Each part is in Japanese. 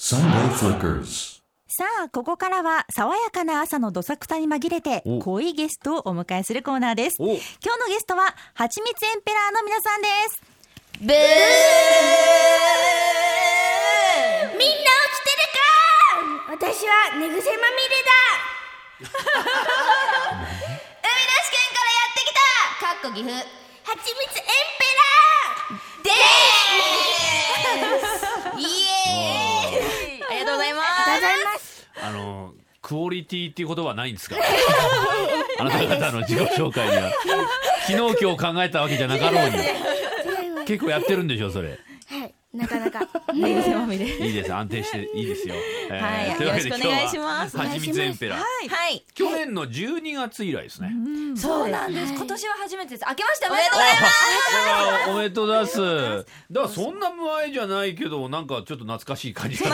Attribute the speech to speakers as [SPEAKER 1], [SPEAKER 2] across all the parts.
[SPEAKER 1] Sunday Flickers.
[SPEAKER 2] さあ、ここからは爽やかな朝のどさくさに紛れて
[SPEAKER 3] お
[SPEAKER 2] 濃いゲストをお迎えするコーナーです。今
[SPEAKER 3] お
[SPEAKER 2] 日のゲストは、はちみつエンペラーの皆さんです。
[SPEAKER 4] ブーみんな起きてるか私は寝癖まみれだ海なし県からやってきたかっこ岐阜はちみつエンペラーでーすイエーイありがとうございますありがとうございます
[SPEAKER 3] あのクオリティっていう言葉はないんですか あなた方の自己紹介には昨日今日考えたわけじゃなかろうに結構やってるんでしょそれ
[SPEAKER 4] はい、なかなか
[SPEAKER 2] 寝癖まみれ。はい
[SPEAKER 3] いです安定していいですよ、え
[SPEAKER 2] は
[SPEAKER 3] ー
[SPEAKER 2] い
[SPEAKER 3] というわけで
[SPEAKER 2] よろしくお
[SPEAKER 3] 今日は
[SPEAKER 2] 願いします
[SPEAKER 3] はちみつエンペラー
[SPEAKER 2] い。
[SPEAKER 5] はい。
[SPEAKER 3] 去年の12月以来ですね、
[SPEAKER 5] そうなんです。今年は初めてです。明けましておめでとうございま
[SPEAKER 3] あ
[SPEAKER 5] す。
[SPEAKER 3] これはおめでとうございますだからそんな前じゃないけどなんかちょっと懐かしい感じが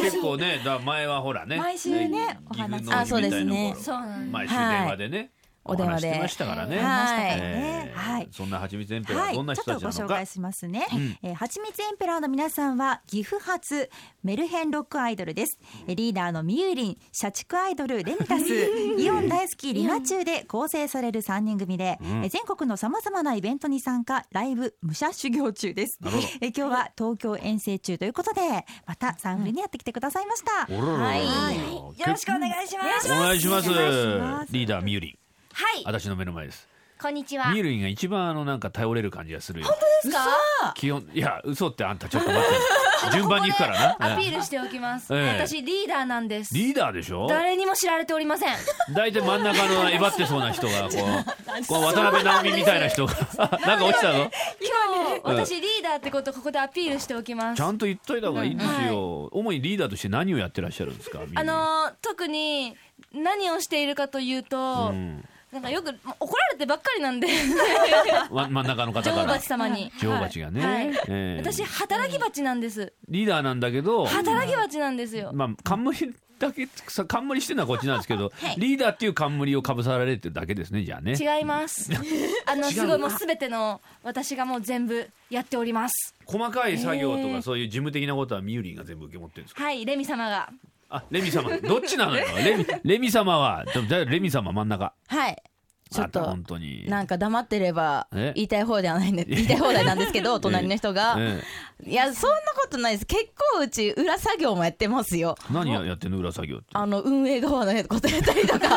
[SPEAKER 3] 結構ねだから前はほらね
[SPEAKER 2] 毎週ねお
[SPEAKER 3] 岐阜
[SPEAKER 2] 話
[SPEAKER 3] の日みたいな
[SPEAKER 5] あそうですね
[SPEAKER 3] 頃
[SPEAKER 5] そうなんです
[SPEAKER 3] 毎週電話でね、
[SPEAKER 2] お電話で
[SPEAKER 3] 話してましたからね、
[SPEAKER 2] はい話したから
[SPEAKER 3] え
[SPEAKER 2] ね
[SPEAKER 3] ー
[SPEAKER 2] はい。
[SPEAKER 3] そんなはちみつエンペラー
[SPEAKER 2] は、
[SPEAKER 3] はい
[SPEAKER 2] ち
[SPEAKER 3] ど
[SPEAKER 2] ょっ
[SPEAKER 3] んな人
[SPEAKER 2] と
[SPEAKER 3] たち
[SPEAKER 2] ご
[SPEAKER 3] なの
[SPEAKER 2] 紹
[SPEAKER 3] か、
[SPEAKER 2] 介しますね。えーはちみつエンペラーの皆さんは岐阜発メルヘンロックアイドルです。えーリーダーのみゆりん、社畜アイドルレミタス、イオン大好きリナチュウで構成される3人組で、えー全国のさまざまなイベントに参加、ライブ武者修行中です。えー今日は東京遠征中ということで、またサンフレにやってきてくださいました。
[SPEAKER 3] おららららら
[SPEAKER 5] よろしくお願いします。
[SPEAKER 3] お願いします
[SPEAKER 2] お願いします
[SPEAKER 3] リーダーみゆりん
[SPEAKER 4] はい、
[SPEAKER 3] 私の目の前です
[SPEAKER 4] こんにちは
[SPEAKER 3] みゆりんが一番あのなんか頼れる感じがするよ本当ですか基本いや嘘ってあんたちょっと待って順番に行くから
[SPEAKER 5] ア
[SPEAKER 3] な
[SPEAKER 5] ピールしておきます。
[SPEAKER 3] ええ
[SPEAKER 5] 私リーダーなんです。
[SPEAKER 3] リーダーでしょ
[SPEAKER 5] 誰にも知られており ません。
[SPEAKER 3] 大体真ん中のえばってそうな人がこうこう渡辺直美みたいな人がなんか落ちたぞ
[SPEAKER 5] 今日
[SPEAKER 3] うん
[SPEAKER 5] 私リーダーってことここでアピールしておきま
[SPEAKER 3] ち
[SPEAKER 5] す。
[SPEAKER 3] ゃんと言っといた方がいいですよ、主にリーダーとして何をやってらっしゃるんですかみゆりん
[SPEAKER 5] あのー特に何をしているかというと、
[SPEAKER 3] うん
[SPEAKER 5] なんかよくま怒られてばっか りなんで、
[SPEAKER 3] わ真ん中の方
[SPEAKER 5] 女王
[SPEAKER 3] から
[SPEAKER 5] 蜂様に。
[SPEAKER 3] 女王蜂がね、
[SPEAKER 5] はい
[SPEAKER 3] ええ
[SPEAKER 5] 私働き蜂なんです。
[SPEAKER 3] リーダーなんだけど、
[SPEAKER 5] 働き蜂なんですよ。
[SPEAKER 3] まあ、冠だけさ冠してるのはこっちなんですけ ど、リーダーっていう冠をかぶさられてるだけですねじゃあね
[SPEAKER 5] 違います。あのすごいもうすべての私がもう全部やっております。
[SPEAKER 3] 細かい作業と
[SPEAKER 5] え
[SPEAKER 3] か
[SPEAKER 5] え
[SPEAKER 3] そういう事務的なことはみゆりんが全部受け持ってるんですか
[SPEAKER 5] はい、レミ様が。
[SPEAKER 3] あレミ様どっちなのよレ ミレミ様はでもだレミ様真ん中
[SPEAKER 6] はい。ちょっ
[SPEAKER 3] あんた
[SPEAKER 6] と
[SPEAKER 3] 本、当に
[SPEAKER 6] なんか黙ってれば、
[SPEAKER 3] え
[SPEAKER 6] 言いたい方ではないんで、言いたい放題なんです けど、隣の人が。
[SPEAKER 3] え
[SPEAKER 6] いや、そんなことないです。結構うち、裏作業もやってますよ。
[SPEAKER 3] え何ややってんの裏作業って
[SPEAKER 6] あ の、運営側のことやった りとか、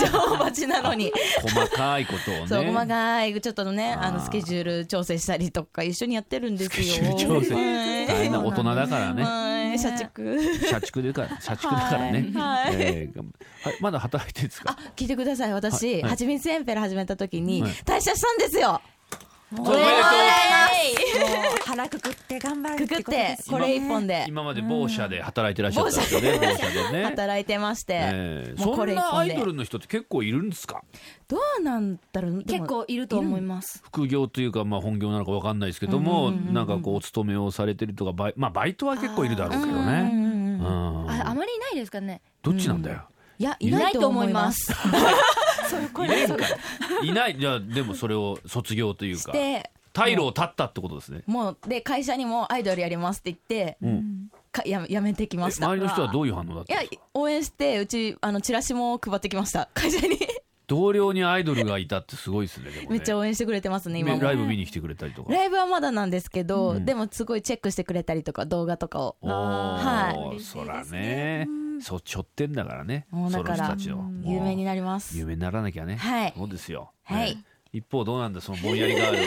[SPEAKER 6] 女王蜂なのに。
[SPEAKER 3] 細かいことをね
[SPEAKER 6] そう、細かい、ちょっとね、あ
[SPEAKER 3] あ
[SPEAKER 6] の、
[SPEAKER 3] ー
[SPEAKER 6] スケジュール調整したりとか、一緒にやってるんですよ。
[SPEAKER 3] スケジュール調整
[SPEAKER 6] はい
[SPEAKER 3] 大変な大人だからね
[SPEAKER 6] はい、社畜。
[SPEAKER 3] 社畜でから社畜だからね、
[SPEAKER 6] はいはい
[SPEAKER 3] ええがはいまだ働いてるんですか
[SPEAKER 6] あ、聞いてください。
[SPEAKER 3] はい
[SPEAKER 6] 私、
[SPEAKER 3] はい
[SPEAKER 6] はちみつエンペラ始めた時に
[SPEAKER 3] はい、
[SPEAKER 6] 退社したんですよ。
[SPEAKER 3] おめでとう
[SPEAKER 2] もう腹くくって頑張る
[SPEAKER 6] く
[SPEAKER 2] っ
[SPEAKER 6] くって
[SPEAKER 2] ことで
[SPEAKER 6] て
[SPEAKER 2] す、よ
[SPEAKER 6] これ一本で
[SPEAKER 3] 今まで某社で働いてらっしゃったんですよね、某社でね。
[SPEAKER 6] 働いてまして。
[SPEAKER 3] ええ
[SPEAKER 6] もう
[SPEAKER 3] そ
[SPEAKER 6] こ
[SPEAKER 3] ん
[SPEAKER 6] れ一
[SPEAKER 3] なア
[SPEAKER 6] 本
[SPEAKER 3] イ
[SPEAKER 6] で
[SPEAKER 3] ドルの人って結構いるんですか
[SPEAKER 6] どうなんだろうでも
[SPEAKER 5] 結構いると思います。
[SPEAKER 3] 副業というか、まあ、本業なのかわかんないですけども、なんかこうお勤めをされてるとかバイ,、まあ、バイトは結構いるだろうけどね、うん
[SPEAKER 5] ああまりいないですかね。
[SPEAKER 3] どっちなんだよ、
[SPEAKER 6] いやいないと思います
[SPEAKER 3] いないんかいいないじゃあでもそれを卒業というか
[SPEAKER 6] で
[SPEAKER 3] 退路を断ったってことですね
[SPEAKER 6] もうで会社にもアイドルやりますって言って、
[SPEAKER 3] うん
[SPEAKER 6] かややめてき
[SPEAKER 3] え
[SPEAKER 6] ました
[SPEAKER 3] 周りの人はどういう反応だっ
[SPEAKER 6] い
[SPEAKER 3] たん
[SPEAKER 6] や
[SPEAKER 3] ですか
[SPEAKER 6] 応援してうちあのチラシも配ってきました 会社に
[SPEAKER 3] 同僚にアイドルがいたってすごいですねでもね
[SPEAKER 6] めっちゃ応援してくれてますね今
[SPEAKER 3] ね
[SPEAKER 6] も
[SPEAKER 3] ライブ見に来てくれたりとか
[SPEAKER 6] ライブはまだなんですけど、でもすごいチェックしてくれたりとか動画とかを
[SPEAKER 3] おー
[SPEAKER 6] は
[SPEAKER 3] そらね、そうちょってんだからね
[SPEAKER 6] もうだか
[SPEAKER 3] その人
[SPEAKER 6] ら
[SPEAKER 3] たちを
[SPEAKER 6] 有名に
[SPEAKER 3] な
[SPEAKER 6] なります
[SPEAKER 3] 有名にならなきゃね、
[SPEAKER 6] はい
[SPEAKER 3] そうですよ、
[SPEAKER 6] はい
[SPEAKER 3] ね一方どうなんだそのぼんやりがある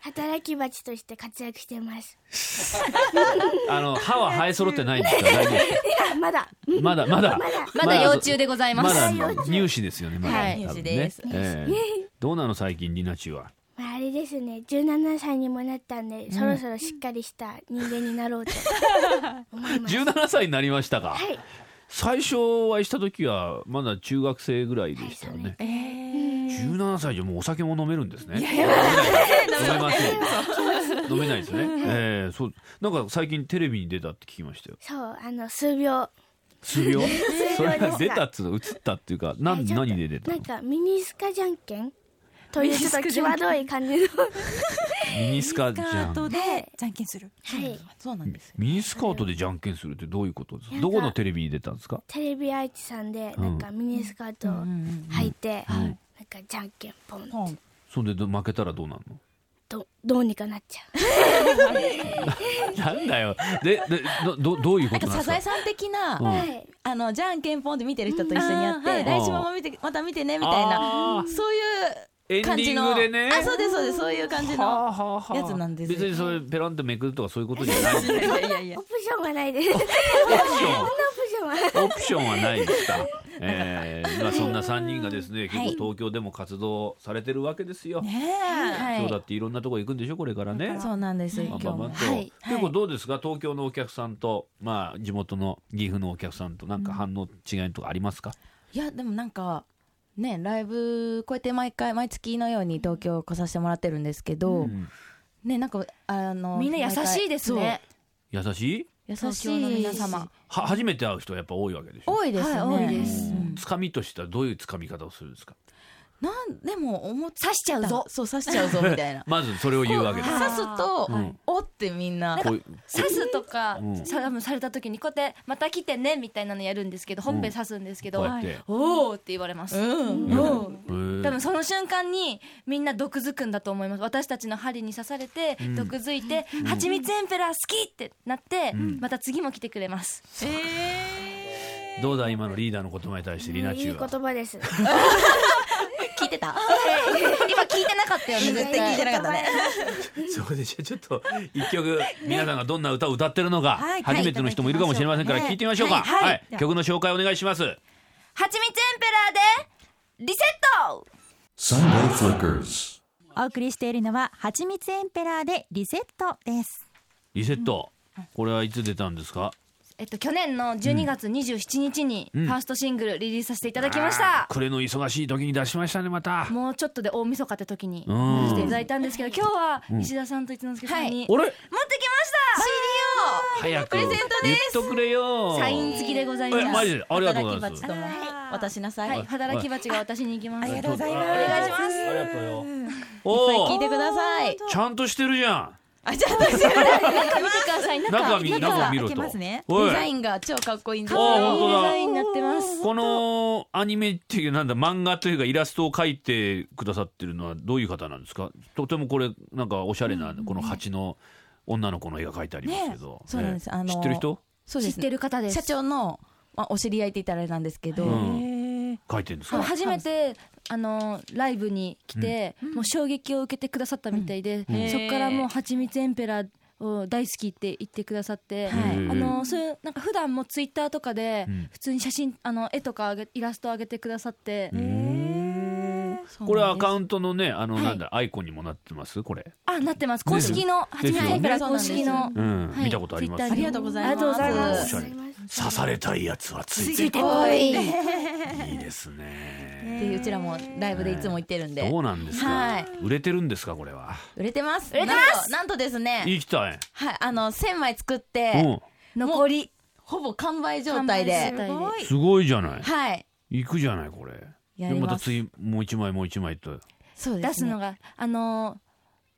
[SPEAKER 4] 働き蜂として活躍してます
[SPEAKER 3] は あの歯は生え揃ってないん ですから大丈夫で
[SPEAKER 4] い
[SPEAKER 3] す
[SPEAKER 4] やまだ
[SPEAKER 3] かまだまだ
[SPEAKER 5] まだ幼虫でございます。
[SPEAKER 3] まだ乳歯ですよねまだ、
[SPEAKER 5] はい
[SPEAKER 3] 多分
[SPEAKER 6] 乳歯
[SPEAKER 3] ね
[SPEAKER 6] です
[SPEAKER 3] え えどうなの最近リナチュは
[SPEAKER 4] まあ、あれですね17歳にもなったんで、そろそろしっかりした人間になろう と思います
[SPEAKER 3] 17歳になりましたか、
[SPEAKER 4] はい
[SPEAKER 3] 最初お会いした時はまだ中学生ぐらいでしたよね、17歳じゃもうお酒も飲めるんですね飲めますよ飲めないですね、ええそうなんか最近テレビに出たって聞きましたよ
[SPEAKER 4] そうあの数秒
[SPEAKER 3] 数秒そ
[SPEAKER 4] でし
[SPEAKER 3] れ
[SPEAKER 4] た
[SPEAKER 3] 出たっつうの映ったっていうかな
[SPEAKER 4] は
[SPEAKER 3] ん
[SPEAKER 4] いちょっと
[SPEAKER 3] 何で出た
[SPEAKER 4] な
[SPEAKER 3] の
[SPEAKER 4] んかミニスカじゃんけんというちょっと際どい感じの
[SPEAKER 3] ミニスカじゃ
[SPEAKER 2] カート
[SPEAKER 3] ん。
[SPEAKER 2] でじゃんけんする。
[SPEAKER 1] はい
[SPEAKER 6] そうなんですよ。
[SPEAKER 3] ミニスカートでじゃんけんするってどういうことですか。どこのテレビに出たんですか。
[SPEAKER 1] テレビ愛知さんで
[SPEAKER 3] うん
[SPEAKER 1] なんかミニスカートを履いて、なんかじゃんけんポン
[SPEAKER 6] ポン
[SPEAKER 3] そんでど負けたらどうなるの。
[SPEAKER 1] どどうにかなっちゃう
[SPEAKER 3] なんだよ。で、で、ど、どどういうこ
[SPEAKER 6] なん
[SPEAKER 3] と
[SPEAKER 6] か
[SPEAKER 3] なんで
[SPEAKER 6] サ
[SPEAKER 3] す
[SPEAKER 6] ザエ
[SPEAKER 3] か。
[SPEAKER 6] さん的な、
[SPEAKER 3] うん
[SPEAKER 1] はい
[SPEAKER 6] あのじゃんけんポンって見てる人と一緒にやって、
[SPEAKER 2] うんあーはい
[SPEAKER 6] 来週も見てまた見てねみたい
[SPEAKER 3] あ
[SPEAKER 6] な
[SPEAKER 3] ー
[SPEAKER 6] そうい
[SPEAKER 3] エ
[SPEAKER 6] う
[SPEAKER 3] ン
[SPEAKER 6] 感
[SPEAKER 3] デ
[SPEAKER 6] じ
[SPEAKER 3] ィ
[SPEAKER 6] の
[SPEAKER 3] ングでね。
[SPEAKER 6] あそうですそうですそういう感じ
[SPEAKER 3] は
[SPEAKER 6] の
[SPEAKER 3] あはあはあ
[SPEAKER 6] やつなんですよ
[SPEAKER 3] 別にそれペランってめくるとかそういうことじゃないんです
[SPEAKER 6] い
[SPEAKER 3] よ。
[SPEAKER 6] やいやいや
[SPEAKER 1] オプションがないですオプションは
[SPEAKER 3] オプション、オプションはないですか。 えー、今そんな三人がですね、結構東京でも活動されてるわけですよ。
[SPEAKER 2] ねえ。
[SPEAKER 6] は
[SPEAKER 3] 今日だ
[SPEAKER 6] い
[SPEAKER 3] っていろんなとこ行くんでしょこれからね。
[SPEAKER 6] そうなんですよ
[SPEAKER 3] ま
[SPEAKER 6] 今
[SPEAKER 3] あ
[SPEAKER 6] 日
[SPEAKER 3] まあま
[SPEAKER 6] も
[SPEAKER 3] あと、
[SPEAKER 6] はい
[SPEAKER 3] 結構どうですか東京のお客さんと、まあ、地元の岐阜のお客さんとなんか反応違いとかありますか、
[SPEAKER 6] いやでもなんかねライブこうやって毎回毎月のように東京来させてもらってるんですけど、
[SPEAKER 3] うん
[SPEAKER 6] ねなんかあの
[SPEAKER 5] みんな優しいですね
[SPEAKER 3] 優しい
[SPEAKER 6] 毎回そう優
[SPEAKER 5] 東
[SPEAKER 6] し
[SPEAKER 5] 京
[SPEAKER 6] い
[SPEAKER 5] の皆様
[SPEAKER 3] は初めて会う人はやっぱ多いわけでしょ
[SPEAKER 6] 多いですね、
[SPEAKER 5] はい多いで
[SPEAKER 3] う
[SPEAKER 5] す
[SPEAKER 3] んつかみとしてはどういうつかみ方をするんですか
[SPEAKER 6] なんでも思っ
[SPEAKER 5] 刺しちゃうぞ
[SPEAKER 6] そう刺しちゃうぞみたいな
[SPEAKER 3] まずそれを 言うわけです
[SPEAKER 6] 刺すと、
[SPEAKER 3] うん
[SPEAKER 6] おってみんな
[SPEAKER 3] こういう
[SPEAKER 5] 刺すとか、
[SPEAKER 3] うん
[SPEAKER 5] さ多分された時にこうやってまた来てねみたいなのやるんですけどほっぺ刺すんですけど、
[SPEAKER 3] こうやって、
[SPEAKER 5] おおって言われます、
[SPEAKER 6] うん、
[SPEAKER 5] おー
[SPEAKER 3] うん
[SPEAKER 5] 多分その瞬間にみんな毒づくんだと思います私たちの針に刺されて
[SPEAKER 3] ん
[SPEAKER 5] 毒づいて「はちみつエンペラー好き!」ってなって
[SPEAKER 3] ん
[SPEAKER 5] また次も来てくれます
[SPEAKER 3] どうだ今のリーダーの言葉に対してリナ
[SPEAKER 1] い
[SPEAKER 3] チ
[SPEAKER 1] い
[SPEAKER 3] ュ
[SPEAKER 1] 言
[SPEAKER 3] ウは
[SPEAKER 1] 葉です
[SPEAKER 6] 聞いてた
[SPEAKER 5] 今聞いてなかったよね
[SPEAKER 6] 絶対聞いてなかったね
[SPEAKER 3] そうでしょちょっと一曲皆さんがどんな歌を歌ってるのか
[SPEAKER 2] はい
[SPEAKER 3] 初めての人もいるかもしれませんから
[SPEAKER 2] はい
[SPEAKER 3] 聞いてみましょうか
[SPEAKER 2] はいはい
[SPEAKER 3] はい曲の紹介お願いします
[SPEAKER 5] はちみつエンペラーでリセット
[SPEAKER 7] Sunday Flickers.
[SPEAKER 2] お送りしているのははちみつエンペラーでリセットです。
[SPEAKER 3] リセットこれはいつ出たんですか
[SPEAKER 5] えっと去年の12月27日にフ
[SPEAKER 3] ん
[SPEAKER 5] ァーストシングルリリースさせていただきまし
[SPEAKER 3] あ
[SPEAKER 5] た
[SPEAKER 3] ー、暮れの忙しい時に出しましたねまた
[SPEAKER 5] もうちょっとで大晦日って時に出
[SPEAKER 3] うん
[SPEAKER 5] していただいたんですけど今日は石田さんと一之輔さんに持
[SPEAKER 3] あ
[SPEAKER 5] っ
[SPEAKER 3] れ
[SPEAKER 5] てきました、
[SPEAKER 3] 早く
[SPEAKER 6] プレゼントです
[SPEAKER 3] 言っとくれよ
[SPEAKER 5] サイン付きでござい
[SPEAKER 3] え
[SPEAKER 5] ま
[SPEAKER 3] マ
[SPEAKER 5] す
[SPEAKER 3] ジでありがとうございま
[SPEAKER 6] 働
[SPEAKER 3] す
[SPEAKER 6] き鉢とも渡しなさい、
[SPEAKER 5] はい
[SPEAKER 6] いっ
[SPEAKER 5] 働き鉢が私に行きます
[SPEAKER 2] ありがとうございます。
[SPEAKER 3] ありがとうござい
[SPEAKER 2] ます。
[SPEAKER 3] ありがとうよ
[SPEAKER 6] ぱい
[SPEAKER 3] お
[SPEAKER 6] 聞い
[SPEAKER 3] お
[SPEAKER 6] てください
[SPEAKER 3] ちゃんとしてるじゃ
[SPEAKER 6] あじゃあ私デ
[SPEAKER 5] 中見てください
[SPEAKER 3] ん
[SPEAKER 5] 中
[SPEAKER 3] 中見中を見
[SPEAKER 2] 開
[SPEAKER 3] ろ
[SPEAKER 2] け
[SPEAKER 3] と
[SPEAKER 2] ますね
[SPEAKER 3] おい
[SPEAKER 6] ザインが超かっこいいんです
[SPEAKER 3] あー
[SPEAKER 6] よ
[SPEAKER 3] 本当だ
[SPEAKER 5] デザインになってます
[SPEAKER 3] このアニメっていうなんだ漫画というかイラストを描いてくださってるのはどういう方なんですかとてもこれなんかおしゃれなこの蜂の女の子の絵が描いてありますけど、
[SPEAKER 6] そうなんです
[SPEAKER 3] ええ
[SPEAKER 6] あの
[SPEAKER 3] 知ってる人
[SPEAKER 6] そう
[SPEAKER 5] 知
[SPEAKER 6] で
[SPEAKER 5] っ
[SPEAKER 6] す
[SPEAKER 5] て
[SPEAKER 6] ね
[SPEAKER 5] る方です
[SPEAKER 6] 社長の、まあ、お知り合いって言ったらあれなんですけど、
[SPEAKER 3] うん
[SPEAKER 2] へえ
[SPEAKER 3] 描いてるんです
[SPEAKER 5] そう
[SPEAKER 3] か
[SPEAKER 5] 初めてあのライブに来て、もう衝撃を受けてくださったみたいで、
[SPEAKER 6] ん
[SPEAKER 5] そこからもう「はちみつエンペラー」を大好きって言ってくださって、
[SPEAKER 3] はい
[SPEAKER 5] あのそういうなんか普段もツイッターとかで
[SPEAKER 3] うん
[SPEAKER 5] 普通に写真あの絵とかあげイラストを上げてくださって、
[SPEAKER 3] これはアカウントのねあの
[SPEAKER 5] はい
[SPEAKER 3] なんだ、アイコンにもなってますこれ、
[SPEAKER 5] あなってます公式の「はちみつエンペラー」公式の
[SPEAKER 3] う。ん
[SPEAKER 5] はい
[SPEAKER 3] 見たことあります
[SPEAKER 5] ツイッターに
[SPEAKER 6] ありがとうございます
[SPEAKER 5] ありがとうございま
[SPEAKER 3] お
[SPEAKER 5] す
[SPEAKER 3] しゃれ刺されたいやつはついて
[SPEAKER 5] ついてこ
[SPEAKER 1] おい
[SPEAKER 3] いいですね
[SPEAKER 6] っていううちらもライブでいつも言ってるんで
[SPEAKER 3] どうなんですか、
[SPEAKER 6] はい
[SPEAKER 3] 売れてるんですかこれは
[SPEAKER 6] 売れてます売れてますなんとなんとですね
[SPEAKER 3] 行きたい、
[SPEAKER 6] はいあの1000枚作っ
[SPEAKER 3] う
[SPEAKER 6] て
[SPEAKER 3] ん
[SPEAKER 5] 残り
[SPEAKER 6] ほぼ完売状態
[SPEAKER 5] 完売
[SPEAKER 6] です
[SPEAKER 5] ごい
[SPEAKER 3] すごいじゃない
[SPEAKER 6] はい
[SPEAKER 3] 行くじゃないこれ
[SPEAKER 6] やり
[SPEAKER 3] で
[SPEAKER 6] ます
[SPEAKER 3] また次もう一枚もう一枚と
[SPEAKER 6] そうで
[SPEAKER 5] 出
[SPEAKER 6] す
[SPEAKER 5] す
[SPEAKER 6] ね
[SPEAKER 5] のが、あのー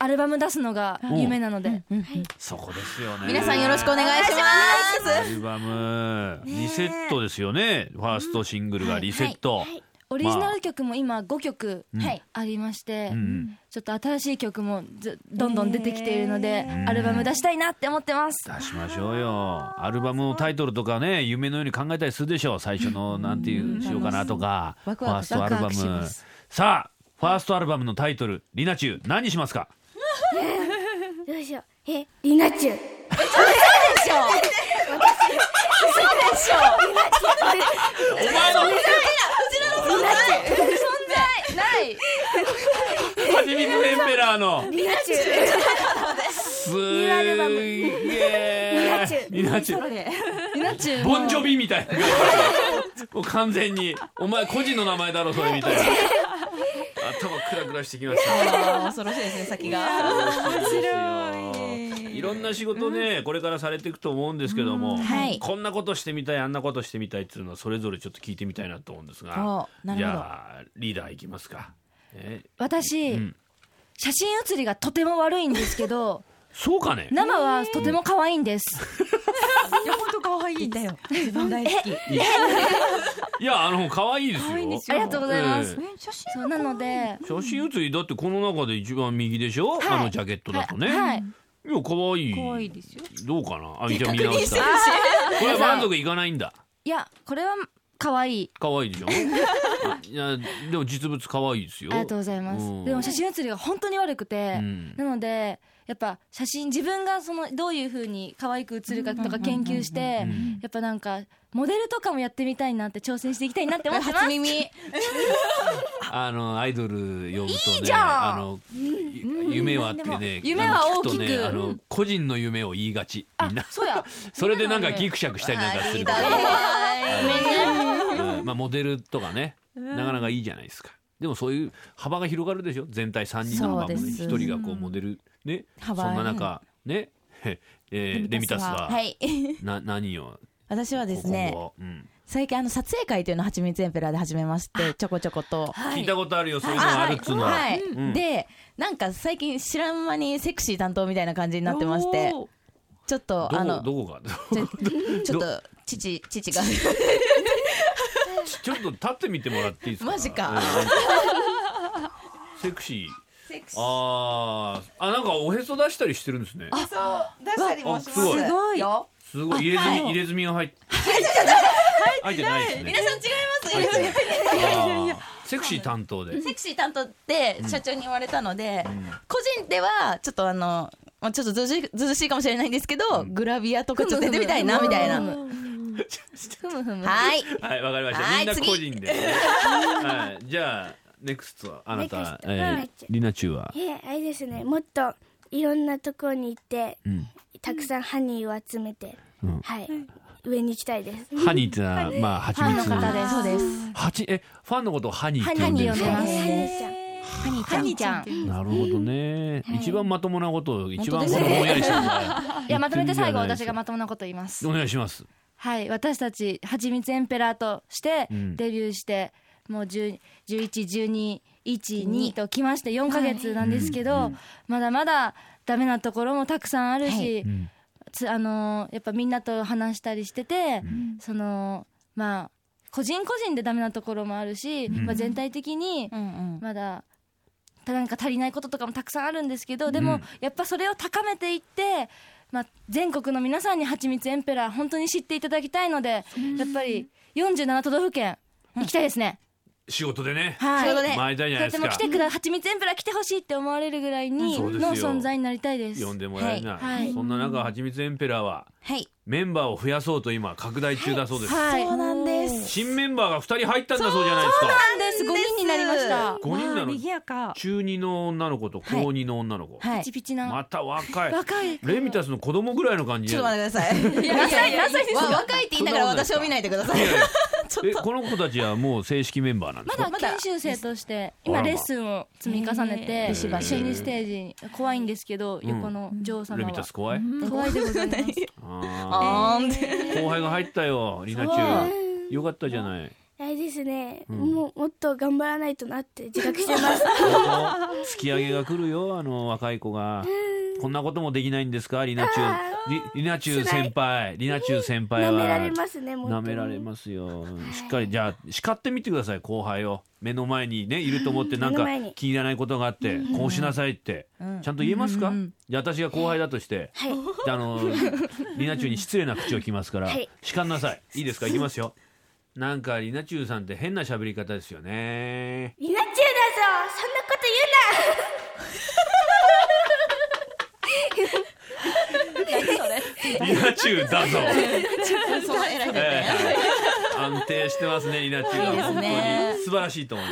[SPEAKER 5] アルバム出すのが夢なので、
[SPEAKER 3] そこですよね
[SPEAKER 6] 皆さんよろしくお願いします
[SPEAKER 3] アルバムリセットですよねファーストシングルがリセット
[SPEAKER 5] オリジナル曲も今5曲
[SPEAKER 3] うん
[SPEAKER 5] はいありまして、
[SPEAKER 3] うんうん
[SPEAKER 5] ちょっと新しい曲もずどんどん出てきているので、アルバム出したいなって思ってます。
[SPEAKER 3] 出しましょうよアルバムのタイトルとかね夢のように考えたりするでしょう最初のなんていうしようかなとかフ
[SPEAKER 6] ワ
[SPEAKER 3] ァ
[SPEAKER 6] クワ
[SPEAKER 3] ー
[SPEAKER 6] ク
[SPEAKER 3] ストアルバ
[SPEAKER 5] ワクワクしま
[SPEAKER 3] ム
[SPEAKER 5] す
[SPEAKER 3] さあファーストアルバムのタイトル「リナチュウ」何にしますか
[SPEAKER 1] どうしようえリナチュウ
[SPEAKER 3] お前の
[SPEAKER 5] ない
[SPEAKER 3] はじみつエンペラーの
[SPEAKER 1] リナチュウ
[SPEAKER 3] すーげえリナチュウ
[SPEAKER 5] ユナ チュ
[SPEAKER 3] ボンジョビみたいなもう完全にお前個人の名前だろそれみたいな頭クラクラしてきました
[SPEAKER 6] あー恐ろしいですね先が
[SPEAKER 3] 面白いいろんな仕事ね、これからされていくと思うんですけども、
[SPEAKER 6] はい
[SPEAKER 3] こんなことしてみたいあんなことしてみたいっていうのはそれぞれちょっと聞いてみたいなと思うんですが
[SPEAKER 6] おなるほど
[SPEAKER 3] じゃあリーダーいきますか、え
[SPEAKER 5] 私、
[SPEAKER 3] うん
[SPEAKER 5] 写真写りがとても悪いんです けど
[SPEAKER 3] そうかね
[SPEAKER 5] 生はとても可愛いんです
[SPEAKER 2] いや本当可愛いんだよ。自分大好き。
[SPEAKER 3] いやあの可愛いですよ
[SPEAKER 5] ありがとうございます、
[SPEAKER 3] え
[SPEAKER 2] え写真
[SPEAKER 5] そうなので
[SPEAKER 3] 写真写りだってこの中で一番右でしょ、
[SPEAKER 5] い
[SPEAKER 3] あのジャケットだとね、
[SPEAKER 5] はいい、
[SPEAKER 3] や可愛い
[SPEAKER 2] 可愛いですよ。
[SPEAKER 3] どうかなあじゃあ見直したこれは満足いかないんだ
[SPEAKER 5] いやこれは可愛い
[SPEAKER 3] 可愛いでしょ あいやでも実物可愛いですよ
[SPEAKER 5] ありがとうございます
[SPEAKER 3] うん
[SPEAKER 5] でも写真写りが本当に悪くて、
[SPEAKER 3] うん
[SPEAKER 5] なのでやっぱ写真自分がそのどういう風に可愛く写るかとか研究して
[SPEAKER 3] ん
[SPEAKER 5] やっぱなんかモデルとかもやってみたいなって挑戦していきたいなって思ってます
[SPEAKER 3] あのアイドル呼ぶとね
[SPEAKER 5] じゃん
[SPEAKER 3] あのゆ夢はってね
[SPEAKER 5] 夢は大きく
[SPEAKER 3] あの聞とねあの個人の夢を言いがちみんな
[SPEAKER 5] そうや
[SPEAKER 3] それでなんかギクシャクしたりなんかするからうんまあモデルとかねなかなかいいじゃないですかでもそういう幅が広がるでしょ全体3人の
[SPEAKER 6] そ
[SPEAKER 3] 番
[SPEAKER 6] うです
[SPEAKER 3] 組1人がこうモデルねそん
[SPEAKER 6] 幅
[SPEAKER 3] な中ねへえーレミタスは
[SPEAKER 6] はい。
[SPEAKER 3] な何を
[SPEAKER 6] 私はですね、
[SPEAKER 3] こう今後うん
[SPEAKER 6] 最近あの撮影会というのをはちみつエンペラーで始めまして、ちょこちょこと。
[SPEAKER 3] 聞いたことあるよそういうのがあるっつうのは
[SPEAKER 6] はい、
[SPEAKER 3] ん
[SPEAKER 6] でなんか最近知らん間にセクシー担当みたいな感じになってましてちょっ
[SPEAKER 3] ど
[SPEAKER 6] とあ
[SPEAKER 3] こ
[SPEAKER 6] の
[SPEAKER 3] どこが
[SPEAKER 6] ちょっと父父 が
[SPEAKER 3] ちょっと立ってみてもらっていいですか
[SPEAKER 6] マジか
[SPEAKER 3] うんセクシーあーあなんかおへそ出したりしてるんですねあすごい
[SPEAKER 2] ごい。
[SPEAKER 3] すごい入れ墨入れ墨が入って入ってないですね
[SPEAKER 6] 皆さん違います
[SPEAKER 3] 入ってない
[SPEAKER 6] いや
[SPEAKER 3] あーセクシー担当で
[SPEAKER 6] セクシー担当って社長に言われたので、個人ではちょっとあのまあちょっとずうずうずうしいかもしれないんですけど、グラビアとかちょっと出てみたいなみたいな、
[SPEAKER 5] ふむふむ
[SPEAKER 6] はい
[SPEAKER 3] はいわかりました
[SPEAKER 6] は
[SPEAKER 3] み
[SPEAKER 6] い
[SPEAKER 3] んな個人ではいじゃあネクストはあな
[SPEAKER 1] ネクス
[SPEAKER 3] た
[SPEAKER 1] トは
[SPEAKER 3] えー
[SPEAKER 1] い
[SPEAKER 3] リナチュウは
[SPEAKER 1] えあれですねもっといろんなところに行って、たくさんハニーを集めて、
[SPEAKER 3] うん
[SPEAKER 1] はい上に行きたいです
[SPEAKER 3] ハニーってのはまあ蜂蜜
[SPEAKER 6] そうです
[SPEAKER 3] ハチえファンのことをハニーっ
[SPEAKER 5] ハ
[SPEAKER 3] て
[SPEAKER 5] ニ
[SPEAKER 3] 呼んで
[SPEAKER 5] ー
[SPEAKER 3] る
[SPEAKER 5] を
[SPEAKER 3] んです
[SPEAKER 5] ね
[SPEAKER 3] か
[SPEAKER 5] ハニーちゃんハニーちゃん
[SPEAKER 3] なるほどね、一番まともなことを一番ぼ
[SPEAKER 6] 本当ですね
[SPEAKER 3] んやりしたんだ
[SPEAKER 5] いやまとめて最後私が
[SPEAKER 3] ま
[SPEAKER 5] まともなこと言います
[SPEAKER 3] お願いします
[SPEAKER 5] はい私たちはちみつエンペラーとして
[SPEAKER 3] うん
[SPEAKER 5] デビューして、もう111212と来まして4ヶ月なんですけど、
[SPEAKER 3] はいうん
[SPEAKER 5] まだまだダメなところもたくさんあるし、
[SPEAKER 3] ん
[SPEAKER 5] つあのーやっぱみんなと話したりしてて、そのまあ個人個人でダメなところもあるし、まあ、全体的にまだなんか足りないこととかもたくさんあるんですけどで
[SPEAKER 3] う
[SPEAKER 5] も、
[SPEAKER 3] ん
[SPEAKER 5] やっぱそれを高めていって、まあ、全国の皆さんに「はちみつエンペラー」本当に知っていただきたいので、やっぱり47都道府県行きたいですね。
[SPEAKER 3] 仕事でね、
[SPEAKER 5] はい
[SPEAKER 6] 仕事で
[SPEAKER 3] 参りたいじゃ
[SPEAKER 5] と
[SPEAKER 3] な
[SPEAKER 5] っ
[SPEAKER 3] いで
[SPEAKER 5] て
[SPEAKER 3] す
[SPEAKER 5] も
[SPEAKER 3] か
[SPEAKER 5] 来てくだはちみつエンペラー来てほしいって思われるぐらいに
[SPEAKER 3] そうですよ
[SPEAKER 5] の存在になりたいです。
[SPEAKER 3] 呼んでもらえるな、
[SPEAKER 5] はいはい
[SPEAKER 3] そんな中はちみつエンペラーは
[SPEAKER 6] はい
[SPEAKER 3] メンバーを増やそうと今拡大中だそうです、
[SPEAKER 5] はい、
[SPEAKER 6] そうなんです
[SPEAKER 3] 新メンバーが2人入ったんだそうじゃないですか
[SPEAKER 5] そうなんです。五人になりました。
[SPEAKER 3] 5人なの
[SPEAKER 2] 賑やか。
[SPEAKER 3] 中2の女の子と高2の女の子、
[SPEAKER 6] はい
[SPEAKER 5] ピチピチな。
[SPEAKER 3] また若い
[SPEAKER 5] 若い。
[SPEAKER 3] レミタスの子供ぐらいの感じ
[SPEAKER 6] ち
[SPEAKER 3] じ
[SPEAKER 6] ょ
[SPEAKER 3] ゃ
[SPEAKER 6] っと
[SPEAKER 3] ない
[SPEAKER 6] 待ってください
[SPEAKER 5] 何歳何歳です
[SPEAKER 6] わ
[SPEAKER 5] か。
[SPEAKER 6] 若いって言いながら私を見ないでください
[SPEAKER 3] いやいやえこの子たちはもう正式メンバーなんですか
[SPEAKER 5] まだ研修生として
[SPEAKER 3] あら
[SPEAKER 5] 今
[SPEAKER 3] ま
[SPEAKER 5] レッスンを積み重ねて
[SPEAKER 3] え
[SPEAKER 5] 一緒にステージに怖いんですけど
[SPEAKER 3] ん
[SPEAKER 5] 横の女王
[SPEAKER 3] レ
[SPEAKER 5] 様
[SPEAKER 3] ミタ
[SPEAKER 5] は
[SPEAKER 3] ス怖い、
[SPEAKER 5] 怖いでございます。
[SPEAKER 3] あ
[SPEAKER 6] あーんって
[SPEAKER 3] ー後輩が入ったよリナチュウよかったじゃない
[SPEAKER 1] あれですね、もうもっと頑張らないとなって自覚して ます
[SPEAKER 3] 突き上げが来るよあの若い子がこんなこともできないんですかリナチュウリリナチュウ先輩リナチュウ先輩は
[SPEAKER 1] 舐められますねもっと
[SPEAKER 3] 舐められますよしっかりじゃあ叱ってみてください後輩を目の前にねいると思ってなんか
[SPEAKER 1] 目の前に
[SPEAKER 3] 気に入らないことがあってこうしなさいってちゃんと言えますかじゃあ私が後輩だとして
[SPEAKER 1] はい
[SPEAKER 3] であのリナチュウに失礼な口を聞きますから、
[SPEAKER 1] はい
[SPEAKER 3] 叱んなさいいいですかいきますよなんかリナチュウさんって変な喋り方ですよね
[SPEAKER 1] リナチュウだぞそんなこと
[SPEAKER 3] リナチュウだぞ、
[SPEAKER 6] その偉いです
[SPEAKER 3] ええ安定してますねリナチュウは本当に素晴らしいと思い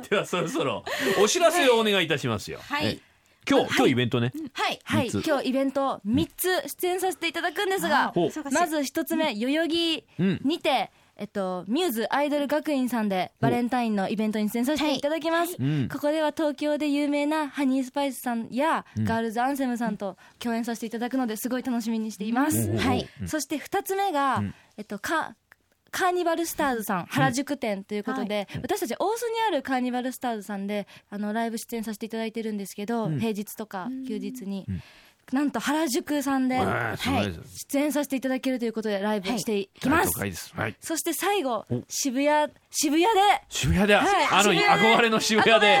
[SPEAKER 3] ますではそろそろお知らせをお願いいたしますよ、
[SPEAKER 6] はい
[SPEAKER 3] ええ今日今日イベントね、
[SPEAKER 6] はい
[SPEAKER 5] はい、
[SPEAKER 3] 三つ
[SPEAKER 5] 今日イベント3つ出演させていただくんですが
[SPEAKER 3] ほう、
[SPEAKER 5] まず1つ目、代々木
[SPEAKER 3] うん
[SPEAKER 5] にて、えっと、ミューズアイドル学院さんでバレンタインのイベントに出演させていただきます。
[SPEAKER 3] うん
[SPEAKER 5] ここでは東京で有名なハニースパイスさんや、ガールズアンセムさんと共演させていただくのですごい楽しみにしています。
[SPEAKER 3] うん
[SPEAKER 5] はい、
[SPEAKER 3] うん
[SPEAKER 5] そして2つ目が、
[SPEAKER 3] ん
[SPEAKER 5] えっと、かカーニバルスターズさん原宿店ということで、私たち大須にあるカーニバルスターズさんであのライブ出演させていただいてるんですけど、平日とか休日に、なんと原宿さんで、
[SPEAKER 3] ええすごいです
[SPEAKER 5] 出演させていただけるということでライブしていきます、
[SPEAKER 3] 高いです。はい。
[SPEAKER 5] そして最後
[SPEAKER 3] お
[SPEAKER 5] 渋谷渋谷で
[SPEAKER 3] 渋谷で、あの
[SPEAKER 5] 渋谷
[SPEAKER 3] 憧れの渋谷で、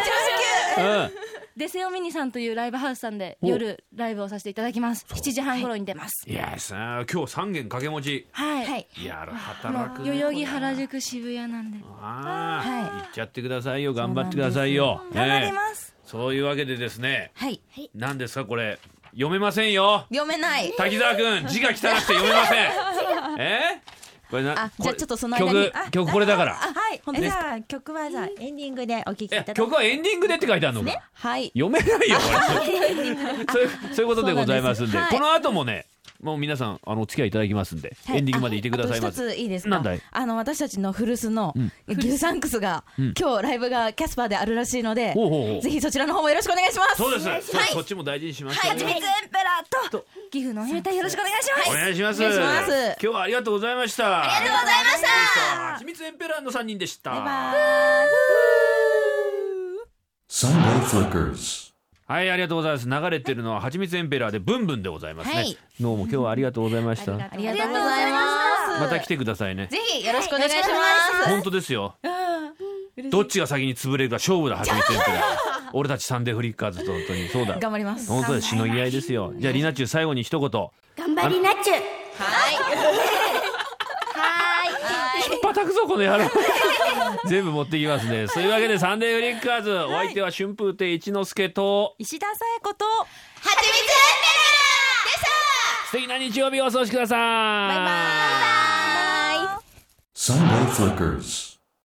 [SPEAKER 3] うん、
[SPEAKER 5] デセオミニさんというライブハウスさんで
[SPEAKER 3] お
[SPEAKER 5] 夜ライブをさせていただきます7時半頃に出ます
[SPEAKER 3] いやさ今日三軒掛け持ち。
[SPEAKER 5] はい、
[SPEAKER 3] いや
[SPEAKER 5] も
[SPEAKER 3] 働く
[SPEAKER 5] う
[SPEAKER 3] な。
[SPEAKER 5] 代々木原宿渋谷なんで
[SPEAKER 3] ああ、
[SPEAKER 6] はい
[SPEAKER 3] 行っちゃってくださいよ頑張ってくださいよ
[SPEAKER 5] 頑張り
[SPEAKER 3] え
[SPEAKER 5] ます
[SPEAKER 3] えそういうわけでですね
[SPEAKER 6] はい
[SPEAKER 3] 何ですかこれ読めませんよ
[SPEAKER 6] 読めない
[SPEAKER 3] 滝沢君字が汚くて読めませんえこれなこ
[SPEAKER 6] あ
[SPEAKER 3] れ
[SPEAKER 6] じゃあちょっとその間に
[SPEAKER 3] 曲曲これだから
[SPEAKER 2] はいえじゃあ曲はじゃあエンディングでお聴きいただ
[SPEAKER 3] え
[SPEAKER 2] きます
[SPEAKER 3] 曲はエンディングでって書いてあるのか
[SPEAKER 6] はい
[SPEAKER 3] 読めないよこれ そういうそういうことでございますんで
[SPEAKER 6] そうなんですは
[SPEAKER 3] こ
[SPEAKER 6] い
[SPEAKER 3] の後もねもう皆さんあのお付き合いいただきますんで、
[SPEAKER 6] はい
[SPEAKER 3] エンディングまでいてくださいま
[SPEAKER 6] ああ
[SPEAKER 3] せ
[SPEAKER 6] と一ついいですか
[SPEAKER 3] なんだい
[SPEAKER 6] あの私たちの古巣のギルサンクスが、
[SPEAKER 3] ん
[SPEAKER 6] 今日ライブがキャスパーであるらしいので、
[SPEAKER 3] ほうほうほう
[SPEAKER 6] ぜひそちらの方もよろしくお願いします
[SPEAKER 3] そうです、そ
[SPEAKER 6] はい
[SPEAKER 3] そっちも大事にしましょうね、
[SPEAKER 4] エンペラーと
[SPEAKER 5] 岐阜のお姫隊よろしくお願いします
[SPEAKER 3] お願いします。
[SPEAKER 6] お願いします
[SPEAKER 3] 今日はありがとうございました。ありがとうございました。はちみつエンペラーの三人でした。
[SPEAKER 7] Sunday Flickers.
[SPEAKER 3] はい、ありがとうございます。流れてるのははちみつエンペラーでブンブンでございますね。
[SPEAKER 6] はい
[SPEAKER 3] どうも今日はありがとうございました。ま
[SPEAKER 6] ありがとうございます
[SPEAKER 3] た来てくださいね。
[SPEAKER 6] ぜひよろしくお願いします、
[SPEAKER 3] 本当ですよ。どっちが先に潰れるか勝負だ、はちみつエンペラー。俺たちサンデーフリッカーズと本当にそうだ。
[SPEAKER 6] 頑張ります
[SPEAKER 3] 本当です。しのぎ合いですよ。じゃあリナチュー最後に一言。
[SPEAKER 1] 頑張りなっちゅう
[SPEAKER 3] パタくぞこの 野郎全部持ってきますねそういうわけでサンデーフリッカーズ、お相手は春風亭一之輔と
[SPEAKER 2] 石田さえこと
[SPEAKER 4] はちみつエンペラーでした
[SPEAKER 3] 素敵な日曜日をお過ごしくださいバイバイ
[SPEAKER 7] Sunday Flickers.